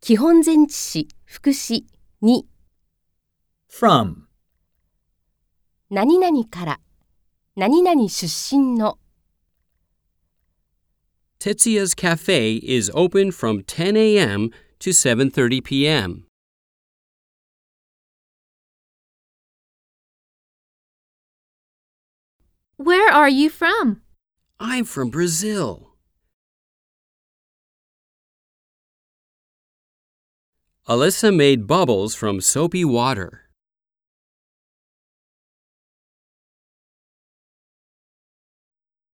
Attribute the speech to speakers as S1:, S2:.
S1: 基本前置詞、副詞2、
S2: From.
S1: 何々から、何々出身の、
S3: Tetsia's Cafe is open from 10 a.m. to 7:30 p.m.
S4: Where are you from?
S3: I'm from Brazil. Alyssa made bubbles from soapy water.